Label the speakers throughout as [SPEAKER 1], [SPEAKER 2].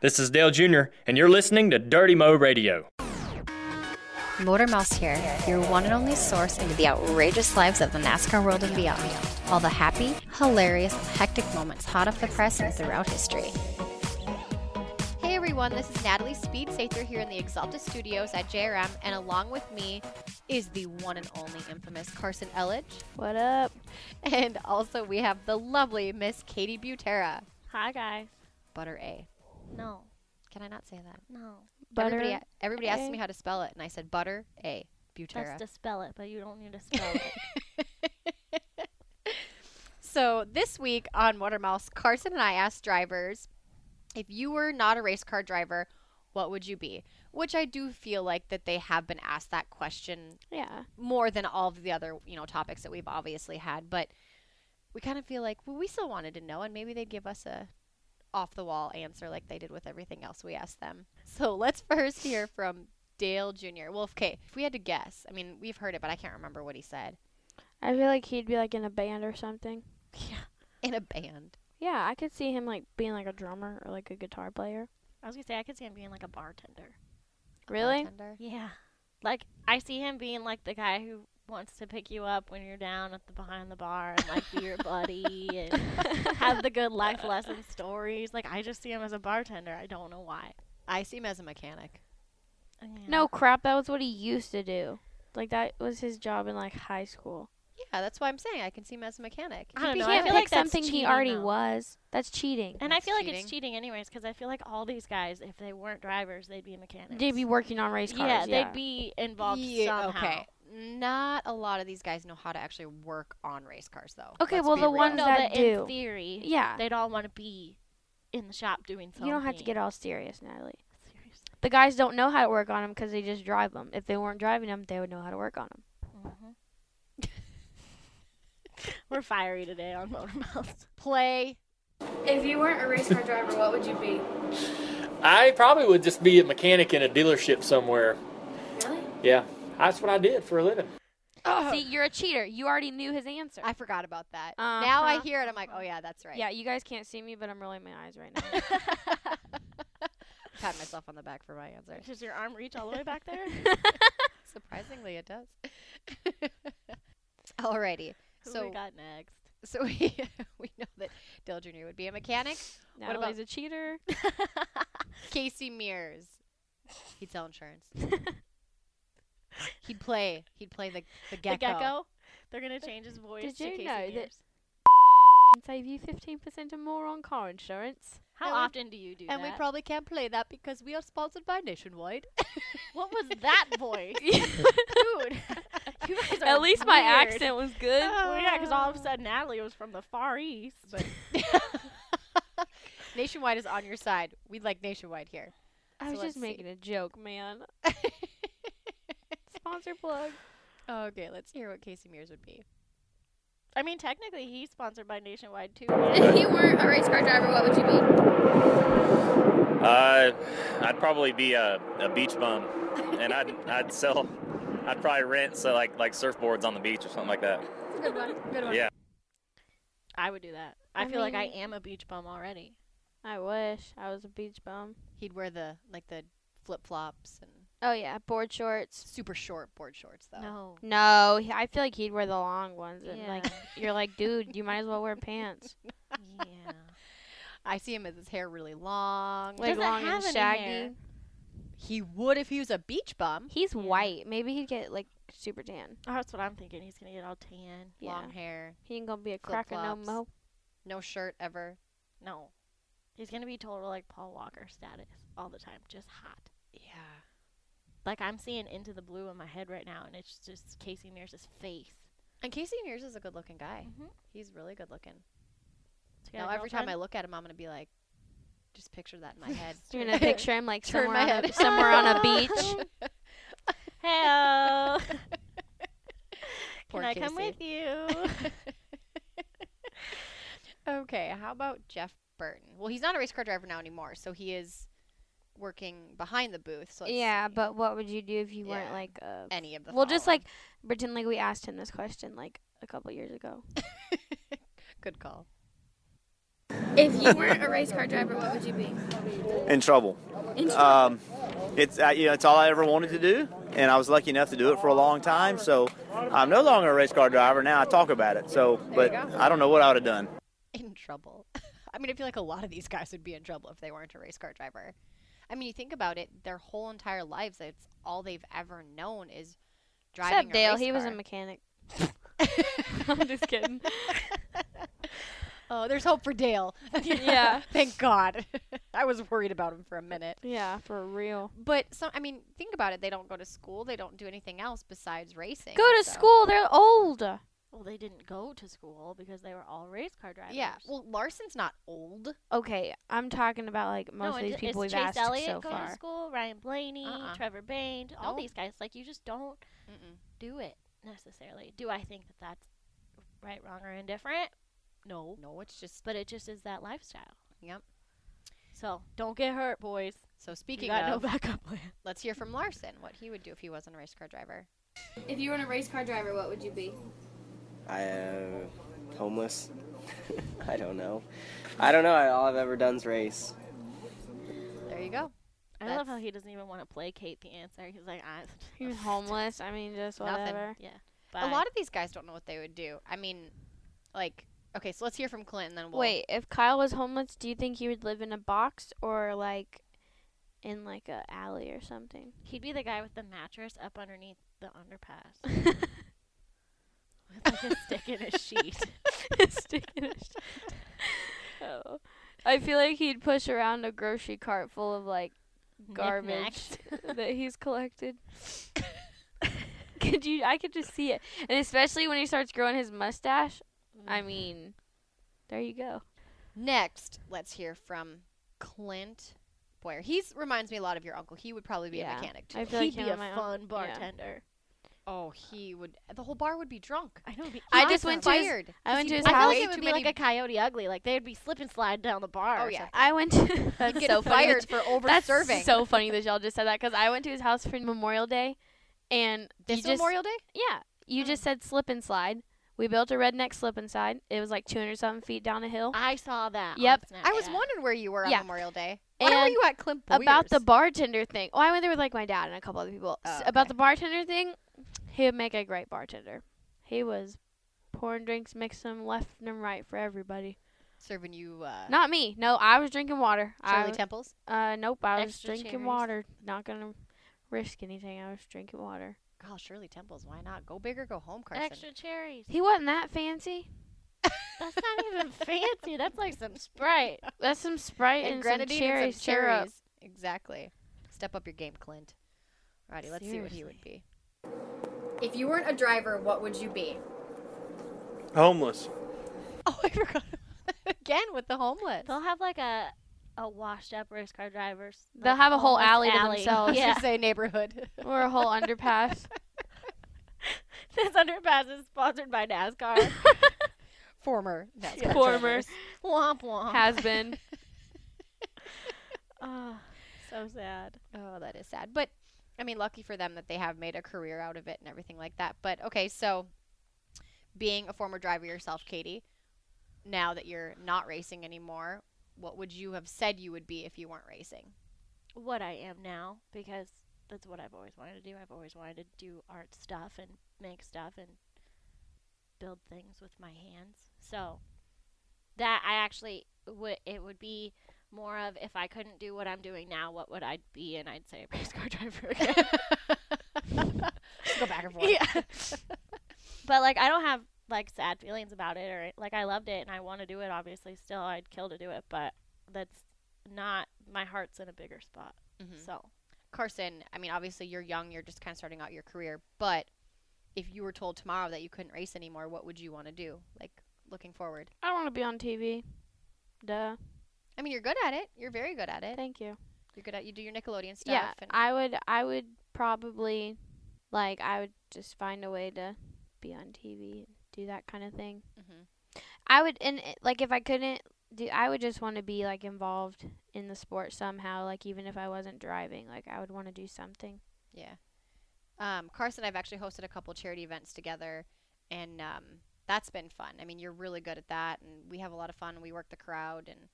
[SPEAKER 1] This is Dale Jr., and you're listening to Dirty Mo Radio.
[SPEAKER 2] Motor Mouse here, your one and only source into the outrageous lives of the NASCAR world and beyond. All the happy, hilarious, and hectic moments hot off the press and throughout history.
[SPEAKER 3] Hey everyone, this is Natalie Speed Sather here in the Exalta Studios at JRM, and along with me is the one and only infamous Carson Elledge,
[SPEAKER 4] What up?
[SPEAKER 3] and also we have the lovely Miss Katie Butera.
[SPEAKER 4] Hi guys.
[SPEAKER 3] Butter A. No, can I not say that? No.
[SPEAKER 4] Butter
[SPEAKER 3] Everybody, everybody
[SPEAKER 4] A.
[SPEAKER 3] asked me how to spell it, and I said Butter A Butera.
[SPEAKER 4] That's to spell it, but you don't need to spell it.
[SPEAKER 3] So this week on Watermouse, Carson and I asked drivers, if you were not a race car driver, what would you be? Which I do feel like that they have been asked that question
[SPEAKER 4] Yeah.
[SPEAKER 3] more than all of the other, you know, topics that we've obviously had, but we kind of feel like well, we still wanted to know and maybe they'd give us a off the wall answer like they did with everything else we asked them. So let's first hear from Dale Jr. Well, okay, if we had to guess, I mean, we've heard it, but I can't remember what he said.
[SPEAKER 4] I feel like he'd be like in a band or something.
[SPEAKER 3] In a band.
[SPEAKER 4] Yeah, I could see him like being like a drummer or like a guitar player.
[SPEAKER 5] I was gonna say I could see him being like a bartender.
[SPEAKER 3] a
[SPEAKER 4] Really?
[SPEAKER 3] bartender.
[SPEAKER 5] Yeah, like I see him being like the guy who wants to pick you up when you're down at the behind the bar and like be your buddy and have the good life lesson stories. Like I just see him as a bartender. I don't know why.
[SPEAKER 3] I see him as a mechanic.
[SPEAKER 5] Yeah.
[SPEAKER 4] No crap, that was what he used to do. Like that was his job in like high school.
[SPEAKER 3] Yeah, that's why I'm saying I can see him as a mechanic.
[SPEAKER 5] I
[SPEAKER 3] He
[SPEAKER 5] don't
[SPEAKER 4] You
[SPEAKER 5] know,
[SPEAKER 4] can't
[SPEAKER 5] feel
[SPEAKER 4] pick
[SPEAKER 5] like that's
[SPEAKER 4] something he
[SPEAKER 5] cheating,
[SPEAKER 4] already
[SPEAKER 5] though.
[SPEAKER 4] was. That's cheating.
[SPEAKER 5] and I
[SPEAKER 3] That's
[SPEAKER 5] feel like
[SPEAKER 3] cheating.
[SPEAKER 5] it's cheating anyways because I feel like all these guys, if they weren't drivers, they'd be mechanics.
[SPEAKER 4] They'd be working on race
[SPEAKER 5] yeah,
[SPEAKER 4] cars.
[SPEAKER 5] they'd be involved
[SPEAKER 3] Yeah,
[SPEAKER 5] somehow.
[SPEAKER 3] Okay. Not a lot of these guys know how to actually work on race cars, though.
[SPEAKER 4] Okay,
[SPEAKER 3] Let's
[SPEAKER 4] well,
[SPEAKER 3] be
[SPEAKER 4] the
[SPEAKER 3] real.
[SPEAKER 4] ones
[SPEAKER 5] No,
[SPEAKER 4] that
[SPEAKER 5] but
[SPEAKER 4] do.
[SPEAKER 5] in theory,
[SPEAKER 4] Yeah.
[SPEAKER 5] they'd all want to be in the shop doing something.
[SPEAKER 4] You don't have to get all serious, Natalie.
[SPEAKER 5] Seriously.
[SPEAKER 4] The guys don't know how to work on them because they just drive them. If they weren't driving them, they would know how to work on them.
[SPEAKER 5] We're fiery today on Motor Mouth.
[SPEAKER 3] play.
[SPEAKER 6] If you weren't a race car driver, what would you be?
[SPEAKER 7] I probably would just be a mechanic in a dealership somewhere.
[SPEAKER 6] Really?
[SPEAKER 7] Yeah, that's what I did for a living.
[SPEAKER 4] See, you're a cheater. You already knew his answer.
[SPEAKER 3] I forgot about that. Now I
[SPEAKER 4] Uh-huh.
[SPEAKER 3] hear it. I'm like, oh yeah, that's right.
[SPEAKER 4] Yeah, you guys can't see me, but I'm rolling my eyes right now.
[SPEAKER 3] Pat myself on the back for my answer.
[SPEAKER 5] Does your arm reach all the way back there?
[SPEAKER 3] Surprisingly, it does. Alrighty.
[SPEAKER 5] Who
[SPEAKER 3] So-
[SPEAKER 5] we got next?
[SPEAKER 3] So we we know that Dale Jr. would be a mechanic. about-
[SPEAKER 4] Natalie's a cheater.
[SPEAKER 3] Casey Mears. He'd sell insurance. he'd play. He'd play the the gecko.
[SPEAKER 5] The gecko. They're gonna change his voice.
[SPEAKER 4] Did
[SPEAKER 5] to
[SPEAKER 4] you
[SPEAKER 5] Casey
[SPEAKER 4] know that-
[SPEAKER 5] Mears.
[SPEAKER 4] Can save you 15% or more on car insurance.
[SPEAKER 5] How
[SPEAKER 3] and we-
[SPEAKER 5] often do you do
[SPEAKER 3] And
[SPEAKER 5] that?
[SPEAKER 3] we probably can't play that because we are sponsored by Nationwide.
[SPEAKER 5] what was that voice, dude? you guys are
[SPEAKER 4] At least my
[SPEAKER 5] weird.
[SPEAKER 4] accent was good.
[SPEAKER 5] Well, yeah, because all of a sudden Natalie was from the Far East. But
[SPEAKER 3] Nationwide is on your side. We like Nationwide here.
[SPEAKER 4] I was
[SPEAKER 3] so let's
[SPEAKER 4] just
[SPEAKER 3] see.
[SPEAKER 4] making a joke, man. Sponsor plug.
[SPEAKER 3] Okay, let's hear what Casey Mears would be.
[SPEAKER 5] I mean, technically, he's sponsored by Nationwide too.
[SPEAKER 6] If you weren't a race car driver, what would you be?
[SPEAKER 8] Uh, I'd probably be a, a beach bum, and I'd I'd sell, I'd probably rent so like like surfboards on the beach or something like that.
[SPEAKER 6] Good one. Good one.
[SPEAKER 8] Yeah.
[SPEAKER 5] I would do that. I,
[SPEAKER 4] I
[SPEAKER 5] feel like I
[SPEAKER 4] mean-
[SPEAKER 5] am a beach bum already.
[SPEAKER 4] I wish I was a beach bum.
[SPEAKER 3] He'd wear the like the flip flops and
[SPEAKER 4] Oh, yeah, board shorts.
[SPEAKER 3] super short board shorts though.
[SPEAKER 5] No.
[SPEAKER 4] No, he- I feel like he'd wear the long ones. And
[SPEAKER 5] Yeah.
[SPEAKER 4] like You're like, dude, you might as well wear pants.
[SPEAKER 5] yeah.
[SPEAKER 3] I see him as his hair really long.
[SPEAKER 4] Like
[SPEAKER 5] Doesn't
[SPEAKER 4] long
[SPEAKER 5] have
[SPEAKER 4] and
[SPEAKER 5] any
[SPEAKER 4] shaggy.
[SPEAKER 5] hair.
[SPEAKER 3] He would if he was a beach bum.
[SPEAKER 4] He's
[SPEAKER 5] Yeah.
[SPEAKER 4] white. Maybe he'd get like super tan.
[SPEAKER 5] Oh, that's what I'm thinking. He's gonna get all tan.
[SPEAKER 4] Yeah.
[SPEAKER 3] Long hair,
[SPEAKER 4] He ain't gonna be a cracker no
[SPEAKER 3] Flip-flops.
[SPEAKER 4] mo.
[SPEAKER 3] no shirt ever.
[SPEAKER 5] No. He's gonna be total like Paul Walker status all the time, just hot.
[SPEAKER 3] Yeah.
[SPEAKER 5] Like I'm seeing into the blue in my head right now, and it's just Casey Mears' face.
[SPEAKER 3] And Casey Mears is a good looking guy.
[SPEAKER 5] Mhm.
[SPEAKER 3] He's really good looking.
[SPEAKER 5] So
[SPEAKER 3] Mm-hmm.
[SPEAKER 5] you
[SPEAKER 3] Now
[SPEAKER 5] got a
[SPEAKER 3] every time I
[SPEAKER 5] girlfriend?
[SPEAKER 3] look at him, I'm gonna be like, just picture that in my head.
[SPEAKER 4] You're gonna picture him like
[SPEAKER 3] Turn
[SPEAKER 4] somewhere
[SPEAKER 3] my
[SPEAKER 4] on, a,
[SPEAKER 3] head.
[SPEAKER 4] somewhere on a beach.
[SPEAKER 5] Hello.
[SPEAKER 3] Poor
[SPEAKER 5] Can I come
[SPEAKER 3] Casey.
[SPEAKER 5] with you?
[SPEAKER 3] Okay, how about Jeff Burton? Well, he's not a race car driver now anymore, so he is working behind the booth. So let's
[SPEAKER 4] yeah,
[SPEAKER 3] see.
[SPEAKER 4] but what would you do if you
[SPEAKER 3] Yeah.
[SPEAKER 4] weren't like a?
[SPEAKER 3] any of the
[SPEAKER 4] Well, just like
[SPEAKER 3] following.
[SPEAKER 4] pretend like we asked him this question like a couple years ago.
[SPEAKER 3] good call.
[SPEAKER 6] If you weren't a race car driver, what would you be?
[SPEAKER 9] in trouble.
[SPEAKER 6] In trouble.
[SPEAKER 9] Um, it's uh, you know it's all I ever wanted to do, and I was lucky enough to do it for a long time. So I'm no longer a race car driver now. I talk about it. So, but
[SPEAKER 6] go.
[SPEAKER 9] I don't know what I would have done.
[SPEAKER 3] in trouble. I mean, I feel like a lot of these guys would be in trouble if they weren't a race car driver. I mean, you think about it, their whole entire lives, that's all they've ever known is driving.
[SPEAKER 4] Except
[SPEAKER 3] a
[SPEAKER 4] Dale,
[SPEAKER 3] race
[SPEAKER 4] he was a
[SPEAKER 3] car.
[SPEAKER 4] mechanic. I'm just kidding.
[SPEAKER 3] Oh, there's hope for Dale.
[SPEAKER 4] Yeah.
[SPEAKER 3] Thank God. I was worried about him for a minute.
[SPEAKER 4] Yeah, for real.
[SPEAKER 3] But some, I mean, think about it. They don't go to school. They don't do anything else besides racing.
[SPEAKER 4] Go to
[SPEAKER 3] so-
[SPEAKER 4] school. They're old.
[SPEAKER 5] Well, they didn't go to school because they were all race car drivers.
[SPEAKER 3] Yeah. Well, Larson's not old.
[SPEAKER 4] Okay, I'm talking about like most
[SPEAKER 5] no,
[SPEAKER 4] of
[SPEAKER 5] and
[SPEAKER 4] these
[SPEAKER 5] is
[SPEAKER 4] people we've
[SPEAKER 5] Chase
[SPEAKER 4] asked
[SPEAKER 5] Elliott
[SPEAKER 4] so
[SPEAKER 5] going
[SPEAKER 4] far.
[SPEAKER 5] to school, Ryan Blaney,
[SPEAKER 3] Uh-uh.
[SPEAKER 5] Trevor Bain, all
[SPEAKER 3] Nope.
[SPEAKER 5] these guys. Like you just don't
[SPEAKER 3] Mm-mm.
[SPEAKER 5] do it necessarily. Do I think that that's right, wrong, or indifferent? No,
[SPEAKER 3] No, it's just.
[SPEAKER 5] but it just is that lifestyle.
[SPEAKER 3] Yep.
[SPEAKER 5] So don't get hurt, boys.
[SPEAKER 3] So
[SPEAKER 5] You
[SPEAKER 3] speaking
[SPEAKER 5] got no
[SPEAKER 3] of,
[SPEAKER 5] backup plan.
[SPEAKER 3] let's hear from Larson what he would do if he wasn't a race car driver.
[SPEAKER 6] If you weren't a race car driver, what would you be?
[SPEAKER 10] I am homeless. I don't know. I don't know. All I've ever done's race.
[SPEAKER 3] There you go.
[SPEAKER 5] I love how
[SPEAKER 3] That's-
[SPEAKER 5] he doesn't even want to placate the answer. He's like, I.
[SPEAKER 4] He was homeless. I mean, just
[SPEAKER 3] Nothing.
[SPEAKER 4] whatever.
[SPEAKER 5] Yeah.
[SPEAKER 3] A lot of these guys don't know what they would do. I mean, like, okay, so let's hear from Clint and then we'll
[SPEAKER 4] Wait, if Kyle was homeless, do you think he would live in a box or like in like a alley or something?
[SPEAKER 5] He'd be the guy with the mattress up underneath the underpass. with like a stick and a sheet.
[SPEAKER 4] Stick in his oh. I feel like he'd push around a grocery cart full of like garbage
[SPEAKER 5] Knickknacks.
[SPEAKER 4] that he's collected. could you? I could just see it, and especially when he starts growing his mustache. I mean, there you go.
[SPEAKER 3] Next, let's hear from Clint Boyer. He's reminds me a lot of your uncle. He would probably be
[SPEAKER 4] Yeah,
[SPEAKER 3] a mechanic too.
[SPEAKER 4] I feel like
[SPEAKER 5] He'd
[SPEAKER 4] him
[SPEAKER 5] be a
[SPEAKER 4] and my un-
[SPEAKER 5] fun
[SPEAKER 4] yeah.
[SPEAKER 5] bartender.
[SPEAKER 3] oh, he would. The whole bar would be drunk.
[SPEAKER 5] I know. it'd Be
[SPEAKER 4] I
[SPEAKER 3] He
[SPEAKER 4] just
[SPEAKER 3] would
[SPEAKER 4] went
[SPEAKER 3] be
[SPEAKER 4] to his-
[SPEAKER 3] fired.
[SPEAKER 4] I went to his
[SPEAKER 5] I feel
[SPEAKER 4] house.
[SPEAKER 5] like
[SPEAKER 3] way
[SPEAKER 5] it would
[SPEAKER 3] too
[SPEAKER 5] be
[SPEAKER 3] many-
[SPEAKER 5] like a coyote ugly. Like they'd be slip and slide down the bar.
[SPEAKER 3] Oh,
[SPEAKER 5] or
[SPEAKER 3] yeah.
[SPEAKER 5] something.
[SPEAKER 4] I went to.
[SPEAKER 3] He'd
[SPEAKER 4] that's
[SPEAKER 3] get
[SPEAKER 4] so funny.
[SPEAKER 3] fired
[SPEAKER 4] that
[SPEAKER 3] for over
[SPEAKER 4] That's
[SPEAKER 3] serving.
[SPEAKER 4] so funny that y'all just said that because I went to his house for Memorial Day, and
[SPEAKER 3] this
[SPEAKER 4] you just,
[SPEAKER 3] Memorial Day.
[SPEAKER 4] yeah,
[SPEAKER 3] Hmm.
[SPEAKER 4] you just said slip and slide. We built a redneck slip and slide. It was like 200 something feet down a hill.
[SPEAKER 5] I saw that. on
[SPEAKER 4] Yep.
[SPEAKER 5] Snapchat.
[SPEAKER 3] I was wondering where you were on
[SPEAKER 4] Yeah.
[SPEAKER 3] Memorial Day. Where were
[SPEAKER 4] And
[SPEAKER 3] you at Clint Boyer's?
[SPEAKER 4] About the bartender thing. Oh, I went there with like my dad and a couple other people. S-
[SPEAKER 3] Oh, okay.
[SPEAKER 4] About the bartender thing, he would make a great bartender. He was pouring drinks, mixing them left and right for everybody.
[SPEAKER 3] serving you uh,
[SPEAKER 4] Not me. No, I was drinking water. I
[SPEAKER 3] Charlie
[SPEAKER 4] was,
[SPEAKER 3] Temples.
[SPEAKER 4] uh, nope, I was
[SPEAKER 5] Extra
[SPEAKER 4] drinking
[SPEAKER 5] cherries.
[SPEAKER 4] water. Not gonna risk anything. I was drinking water.
[SPEAKER 3] Oh, Shirley Temples. Why not? Go big or go home, Carson.
[SPEAKER 5] extra cherries.
[SPEAKER 4] He wasn't that fancy.
[SPEAKER 5] That's not even fancy. That's like some Sprite.
[SPEAKER 4] That's some Sprite and,
[SPEAKER 3] and
[SPEAKER 4] some
[SPEAKER 3] grenadine
[SPEAKER 4] cherry
[SPEAKER 3] and some cherries.
[SPEAKER 4] syrup.
[SPEAKER 3] Exactly. Step up your game, Clint. Alrighty, let's see what he would be.
[SPEAKER 6] If you weren't a driver, what would you be?
[SPEAKER 7] Homeless.
[SPEAKER 3] Oh, I forgot again with the homeless.
[SPEAKER 5] They'll have like a a washed up race car drivers.
[SPEAKER 4] They'll have a whole alley to themselves.
[SPEAKER 5] Yeah,
[SPEAKER 3] say neighborhood.
[SPEAKER 4] Or a whole underpass.
[SPEAKER 5] this underpass is sponsored by NASCAR.
[SPEAKER 3] Former. NASCAR
[SPEAKER 4] Former
[SPEAKER 3] drivers.
[SPEAKER 5] womp womp.
[SPEAKER 4] has been.
[SPEAKER 5] oh, so sad.
[SPEAKER 3] Oh, that is sad. But I mean, lucky for them that they have made a career out of it and everything like that. But okay, so being a former driver yourself, Katie, now that you're not racing anymore, what would you have said you would be if you weren't racing?
[SPEAKER 5] What I am now because that's what I've always wanted to do. I've always wanted to do art stuff and make stuff and build things with my hands. So that I actually would it would be more of if I couldn't do what I'm doing now, what would I be? And I'd say race car driver again.
[SPEAKER 3] Just go back and forth.
[SPEAKER 5] yeah. but like I don't have like sad feelings about it or like I loved it and I want to do it obviously still I'd kill to do it but that's not my heart's in a bigger spot.
[SPEAKER 3] Mhm.
[SPEAKER 5] So
[SPEAKER 3] Carson, I mean, obviously you're young, you're just kind of starting out your career, but if you were told tomorrow that you couldn't race anymore, what would you want to do? Like looking forward.
[SPEAKER 4] I don't want to be on TV. Duh.
[SPEAKER 3] I mean, you're good at it. You're very good at it.
[SPEAKER 4] Thank you.
[SPEAKER 3] You're good at you do your Nickelodeon stuff.
[SPEAKER 4] Yeah,
[SPEAKER 3] and
[SPEAKER 4] I would. I would probably, like, I would just find a way to be on TV and do that kind of thing.
[SPEAKER 3] Mhm.
[SPEAKER 4] I would, and it- like, if I couldn't do, I would just want to be like involved in the sport somehow. Like, even if I wasn't driving, like, I would want to do something.
[SPEAKER 3] Yeah. Um, Carson, I've actually hosted a couple charity events together, and um, that's been fun. I mean, you're really good at that, and we have a lot of fun. We work the crowd and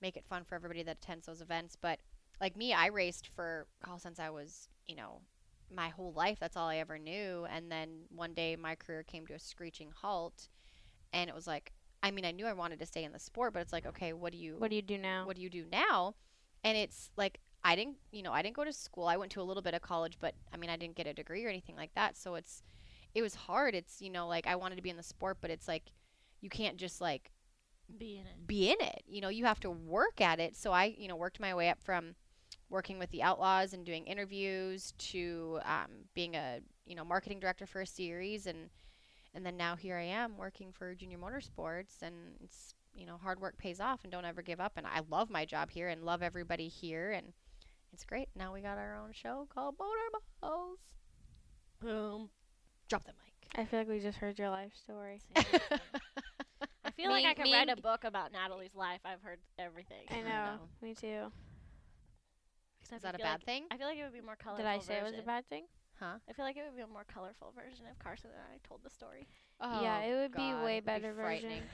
[SPEAKER 3] make it fun for everybody that attends those events. But like me, I raced for call since I was, you know, my whole life. That's all I ever knew. And then one day, my career came to a screeching halt, and it was like, I mean, I knew I wanted to stay in the sport, but it's like, okay, what do you
[SPEAKER 4] What do you do now?
[SPEAKER 3] what do you do now? And it's like I didn't, you know, I didn't go to school. I went to a little bit of college, but I mean, I didn't get a degree or anything like that. So it's it was hard. It's, you know, like I wanted to be in the sport, but it's like you can't just like
[SPEAKER 5] Be in it.
[SPEAKER 3] be in it. You know, you have to work at it. So I, you know, worked my way up from working with the Outlaws and doing interviews to um, being a, you know, marketing director for a series, and and then now here I am working for Junior Motorsports, and it's you know hard work pays off, and don't ever give up. And I love my job here, and love everybody here, and it's great. Now we got our own show called Motor Balls.
[SPEAKER 5] Boom.
[SPEAKER 3] Drop the mic.
[SPEAKER 4] I feel like we just heard your life story.
[SPEAKER 5] I feel
[SPEAKER 4] Me-
[SPEAKER 5] like I could
[SPEAKER 4] me
[SPEAKER 5] write
[SPEAKER 4] and-
[SPEAKER 5] a book about Natalie's life. I've heard everything.
[SPEAKER 4] I know. Me too.
[SPEAKER 5] Except
[SPEAKER 3] Is that
[SPEAKER 5] I
[SPEAKER 3] a
[SPEAKER 5] feel
[SPEAKER 3] bad
[SPEAKER 5] like-
[SPEAKER 3] thing?
[SPEAKER 5] I feel like it would be more colorful.
[SPEAKER 4] Did I say it was a
[SPEAKER 5] version.
[SPEAKER 4] bad thing?
[SPEAKER 3] Huh?
[SPEAKER 5] I feel like it would be a more colorful version if Carson and I told the story.
[SPEAKER 4] yeah,
[SPEAKER 3] Oh,
[SPEAKER 4] it would
[SPEAKER 3] God,
[SPEAKER 4] be way
[SPEAKER 3] it'd
[SPEAKER 4] better
[SPEAKER 3] frightening.
[SPEAKER 4] version.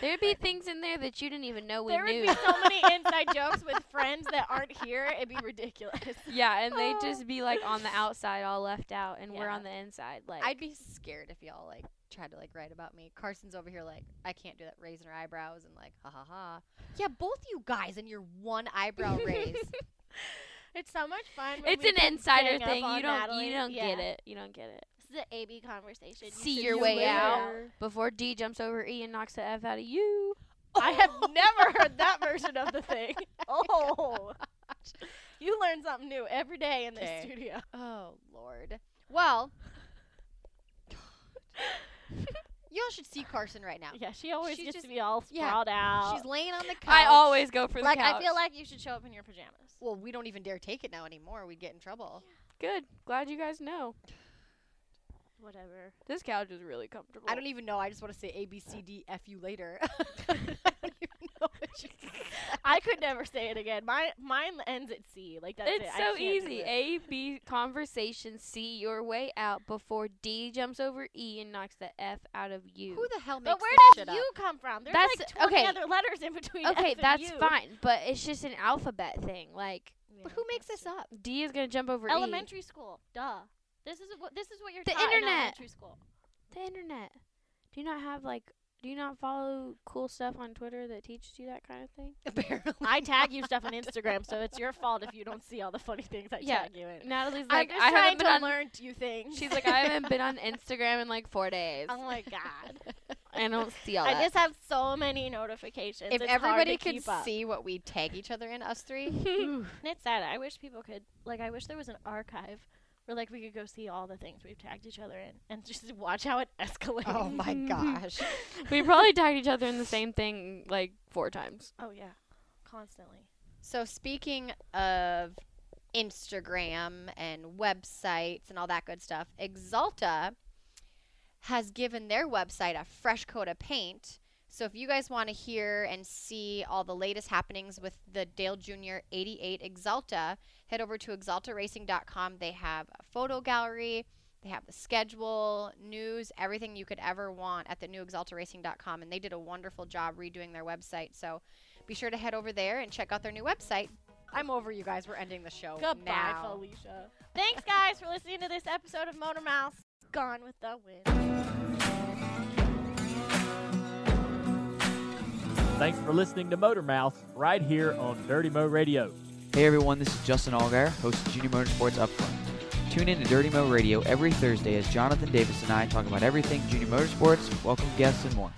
[SPEAKER 4] There'd be things in there that you didn't even know we
[SPEAKER 5] there
[SPEAKER 4] knew.
[SPEAKER 5] would be so many inside jokes with friends that aren't here. It'd be ridiculous.
[SPEAKER 4] yeah, and they'd just be like on the outside, all left out, and we're
[SPEAKER 5] Yeah.
[SPEAKER 4] on the inside. Like
[SPEAKER 3] I'd be scared if y'all like tried to like write about me. Carson's over here like I can't do that, raising her eyebrows and like ha ha ha. Yeah, both you guys and your one eyebrow raise.
[SPEAKER 5] It's so much fun. when
[SPEAKER 4] It's
[SPEAKER 5] we
[SPEAKER 4] an
[SPEAKER 5] can
[SPEAKER 4] insider
[SPEAKER 5] gang up
[SPEAKER 4] thing.
[SPEAKER 5] on
[SPEAKER 4] You don't.
[SPEAKER 5] Natalie.
[SPEAKER 4] You don't get
[SPEAKER 5] Yeah.
[SPEAKER 4] it. You don't get it.
[SPEAKER 5] This is an AB conversation. You
[SPEAKER 4] See
[SPEAKER 5] should
[SPEAKER 4] your
[SPEAKER 5] know
[SPEAKER 4] way
[SPEAKER 5] better.
[SPEAKER 4] out before D jumps over E and knocks the F out of you.
[SPEAKER 5] I have never heard that version of the thing. Oh, you learn something new every day in this
[SPEAKER 3] Okay.
[SPEAKER 5] studio.
[SPEAKER 3] oh Lord. Well, y'all should see Carson right now.
[SPEAKER 5] Yeah, she always
[SPEAKER 3] She's
[SPEAKER 5] gets
[SPEAKER 3] just-
[SPEAKER 5] to be all
[SPEAKER 3] yeah,
[SPEAKER 5] sprawled out.
[SPEAKER 3] She's laying on the couch.
[SPEAKER 4] I always go for the
[SPEAKER 5] like,
[SPEAKER 4] couch.
[SPEAKER 5] I feel like you should show up in your pajamas.
[SPEAKER 3] Well, we don't even dare take it now anymore. We'd get in trouble.
[SPEAKER 4] good. Glad you guys know.
[SPEAKER 5] Whatever.
[SPEAKER 4] This couch is really comfortable.
[SPEAKER 3] I don't even know. I just want to say A B C D F you later. I don't even know what she
[SPEAKER 5] I could never say it again. My mine ends at C. Like that's
[SPEAKER 4] It's
[SPEAKER 5] it. I
[SPEAKER 4] so
[SPEAKER 5] can't do
[SPEAKER 4] easy.
[SPEAKER 5] it.
[SPEAKER 4] A B conversation. C your way out before D jumps over E and knocks the F out of you.
[SPEAKER 3] Who the hell
[SPEAKER 5] But
[SPEAKER 3] makes
[SPEAKER 5] where
[SPEAKER 3] this
[SPEAKER 5] did
[SPEAKER 3] shit
[SPEAKER 5] you
[SPEAKER 3] up?
[SPEAKER 5] come from? There's
[SPEAKER 4] That's-
[SPEAKER 5] like 20
[SPEAKER 4] okay.
[SPEAKER 5] other letters in between. F
[SPEAKER 4] okay,
[SPEAKER 5] and
[SPEAKER 4] that's
[SPEAKER 5] U.
[SPEAKER 4] fine, but it's just an alphabet thing. Like
[SPEAKER 3] But who makes this up?
[SPEAKER 4] D is gonna jump over E.
[SPEAKER 5] Elementary school. Duh. This is what this is what you're
[SPEAKER 4] The
[SPEAKER 5] taught in
[SPEAKER 4] internet.
[SPEAKER 5] elementary school.
[SPEAKER 4] The internet. Do you not have like? Do you not follow cool stuff on Twitter that teaches you that kind of thing?
[SPEAKER 3] Apparently.
[SPEAKER 5] I tag you stuff on Instagram, so it's your fault if you don't see all the funny things I
[SPEAKER 4] Yeah.
[SPEAKER 5] tag you in.
[SPEAKER 4] Natalie's
[SPEAKER 5] I'm
[SPEAKER 4] like,
[SPEAKER 5] just
[SPEAKER 4] I
[SPEAKER 5] trying
[SPEAKER 4] haven't been
[SPEAKER 5] to
[SPEAKER 4] on.
[SPEAKER 5] learn you things.
[SPEAKER 4] She's like, I haven't been on Instagram in like four days.
[SPEAKER 5] oh my god.
[SPEAKER 4] I don't see all
[SPEAKER 5] I
[SPEAKER 4] that.
[SPEAKER 5] just have so many notifications.
[SPEAKER 3] if
[SPEAKER 5] it's hard to
[SPEAKER 3] everybody could
[SPEAKER 5] keep up.
[SPEAKER 3] see what we tag each other in, us three,
[SPEAKER 5] And it's sad. I wish people could like. I wish there was an archive where like we could go see all the things we've tagged each other in and just watch how it escalates.
[SPEAKER 3] Oh my gosh.
[SPEAKER 4] we probably tagged each other in the same thing like four times.
[SPEAKER 5] Oh yeah, constantly.
[SPEAKER 3] So speaking of Instagram and websites and all that good stuff, Exalta has given their website a fresh coat of paint. So if you guys want to hear and see all the latest happenings with the Dale Jr. 88 Exalta, head over to exaltaracing.com. They have a photo gallery, they have the schedule, news, everything you could ever want at the new exaltaracing.com and they did a wonderful job redoing their website. So be sure to head over there and check out their new website. I'm over you guys. We're ending the show
[SPEAKER 5] Goodbye,
[SPEAKER 3] now.
[SPEAKER 5] Felicia. Thanks guys for listening to this episode of Motor Mouse. Gone with the wind.
[SPEAKER 7] Thanks for listening to Motor Mouth right here on Dirty Mo Radio.
[SPEAKER 11] Hey everyone, this is Justin Allgaier, host of Junior Motorsports Upfront. Tune in to Dirty Mo Radio every Thursday as Jonathan Davis and I talk about everything Junior Motorsports, welcome guests, and more.